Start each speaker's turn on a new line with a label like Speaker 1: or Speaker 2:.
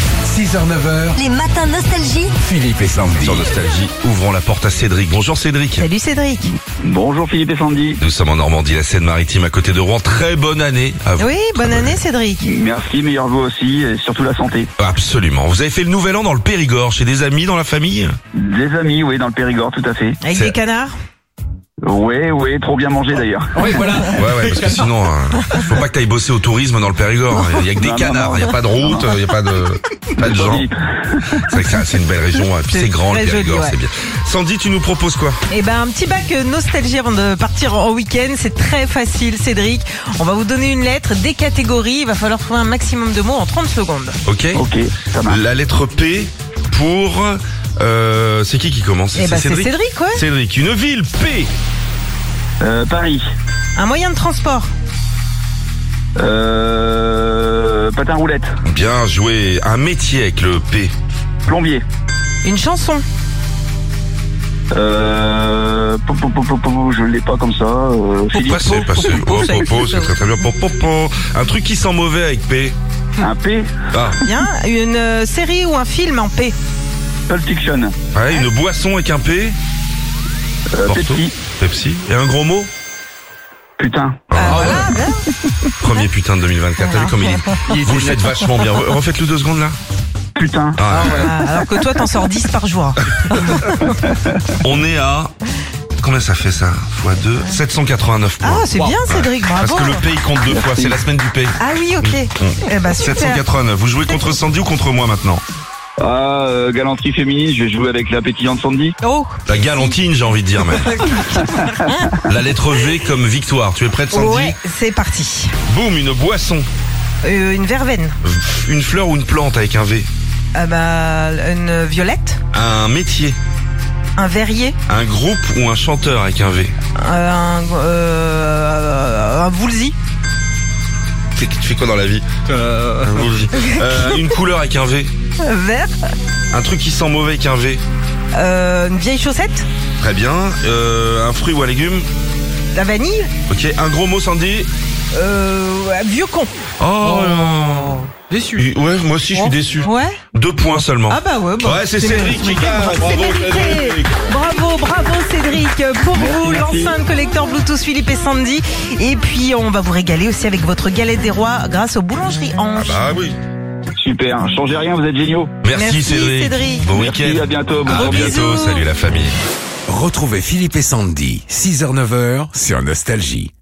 Speaker 1: 6h, 9h,
Speaker 2: Les matins nostalgie.
Speaker 1: Philippe et Sandy.
Speaker 3: Sur Nostalgie, ouvrons la porte à Cédric. Bonjour Cédric.
Speaker 4: Salut Cédric.
Speaker 5: Bonjour Philippe et Sandy.
Speaker 3: Nous sommes en Normandie, la Seine-Maritime, à côté de Rouen. Très bonne année à vous.
Speaker 4: Oui, bonne année Cédric.
Speaker 5: Merci, meilleur vous aussi, et surtout la santé.
Speaker 3: Absolument. Vous avez fait le nouvel an dans le Périgord, chez des amis, dans la famille
Speaker 5: Des amis, oui, dans le Périgord, tout à fait.
Speaker 4: Avec
Speaker 3: C'est-
Speaker 4: des canards
Speaker 5: Oui, oui, trop bien mangé d'ailleurs.
Speaker 1: Oui, voilà.
Speaker 3: Ouais, ouais, parce que sinon, euh, faut pas que t'ailles bosser au tourisme dans le Périgord. Il y a que des
Speaker 5: Non, non,
Speaker 3: canards,
Speaker 5: non.
Speaker 3: il y a pas de route, il y a pas de, pas de gens.
Speaker 5: Sandy,
Speaker 3: C'est vrai que ça, c'est une belle région, hein, et puis
Speaker 4: C'est
Speaker 3: c'est grand le
Speaker 4: très joli,
Speaker 3: Périgord,
Speaker 4: ouais.
Speaker 3: c'est bien. Sandy, tu nous proposes quoi
Speaker 4: Eh ben un petit bac euh, nostalgie avant de partir en week-end, c'est très facile Cédric. On va vous donner une lettre, des catégories, il va falloir trouver un maximum de mots en 30 secondes.
Speaker 3: Ok.
Speaker 5: Ok, ça marche.
Speaker 3: La lettre P pour euh, c'est qui qui commence
Speaker 4: Eh ben c'est Cédric ouais.
Speaker 3: Cédric, une ville P.
Speaker 5: Euh, Paris,
Speaker 4: Un moyen de transport,
Speaker 5: euh, patin roulette,
Speaker 3: Bien joué. Un métier avec le P.
Speaker 5: plombier,
Speaker 4: une chanson,
Speaker 5: euh, pou, pou, pou, pou, pou, je l'ai pas comme ça. Euh, Philippe,
Speaker 3: Passez, passez. Oh, popo, c'est très très bien. Popo. Un truc qui sent mauvais avec P.
Speaker 5: un P,
Speaker 3: Ah,
Speaker 4: bien, une euh, série ou un film en paix.
Speaker 5: Pulp Fiction,
Speaker 3: ouais, une boisson avec un P.
Speaker 5: euh,
Speaker 3: Porto.
Speaker 5: Pepsi,
Speaker 3: Pepsi. Et un gros mot
Speaker 5: putain.
Speaker 3: Ah, ouais.
Speaker 4: Ah, bien.
Speaker 3: Premier putain de 2024. T'as vu comme il est- Vous le faites vachement bien. Refaites-le deux secondes là.
Speaker 5: Putain,
Speaker 3: Ah,
Speaker 4: Ah, alors que toi t'en sors 10 par jour.
Speaker 3: On est à. Combien ça fait ça Fois 2 789 points.
Speaker 4: Ah c'est bien Cédric,
Speaker 3: Parce
Speaker 4: bravo.
Speaker 3: que le Mm. P il compte deux fois, c'est la semaine du P.
Speaker 4: Ah oui ok. Eh ben super.
Speaker 3: 789. Vous jouez contre Sandy ou contre moi maintenant
Speaker 5: ah, euh, galanterie féminine, je vais jouer avec la pétillante Sandy.
Speaker 4: Oh,
Speaker 3: La galantine, j'ai envie de dire même. La lettre V comme victoire. Tu es prête, Sandy
Speaker 4: ouais, c'est parti.
Speaker 3: Boum, une boisson.
Speaker 4: Euh, une verveine.
Speaker 3: Une fleur ou une plante avec un V.
Speaker 4: Ah bah, une violette,
Speaker 3: Un métier.
Speaker 4: un verrier,
Speaker 3: Un groupe ou un chanteur avec un V.
Speaker 4: euh, un, euh, un boulzy,
Speaker 3: C'est- Tu fais quoi dans la vie Un boule- Euh, Une couleur avec un V.
Speaker 4: un vert,
Speaker 3: Un truc qui sent mauvais avec un V.
Speaker 4: euh, une vieille chaussette,
Speaker 3: Très bien. Euh, un fruit ou un légume.
Speaker 4: la vanille,
Speaker 3: Ok. Un gros mot, Sandy.
Speaker 4: euh, un vieux con.
Speaker 3: Oh, non. Déçu. Ouais, moi aussi je suis déçu.
Speaker 4: Ouais
Speaker 3: Deux points seulement.
Speaker 4: Ah bah ouais, bon.
Speaker 3: Ouais, c'est Cédric qui gagne.
Speaker 4: C'est
Speaker 3: Bravo,
Speaker 4: mérité.
Speaker 3: Cédric.
Speaker 4: Bravo, bravo Cédric. Pour vous, l'enceinte collecteur Bluetooth Philippe et Sandy. Et puis, on va vous régaler aussi avec votre galette des rois grâce aux boulangeries Ange.
Speaker 3: Bah oui.
Speaker 5: Super, changez rien, vous êtes géniaux.
Speaker 3: Merci,
Speaker 4: Merci,
Speaker 3: Cédric.
Speaker 4: Cédric.
Speaker 3: Bon
Speaker 5: Merci,
Speaker 3: week-end.
Speaker 5: à bientôt. bonne
Speaker 3: À
Speaker 5: journée.
Speaker 3: bientôt.
Speaker 4: bisous.
Speaker 3: Salut la famille.
Speaker 1: Retrouvez Philippe et Sandy, 6h, 9h, sur Nostalgie.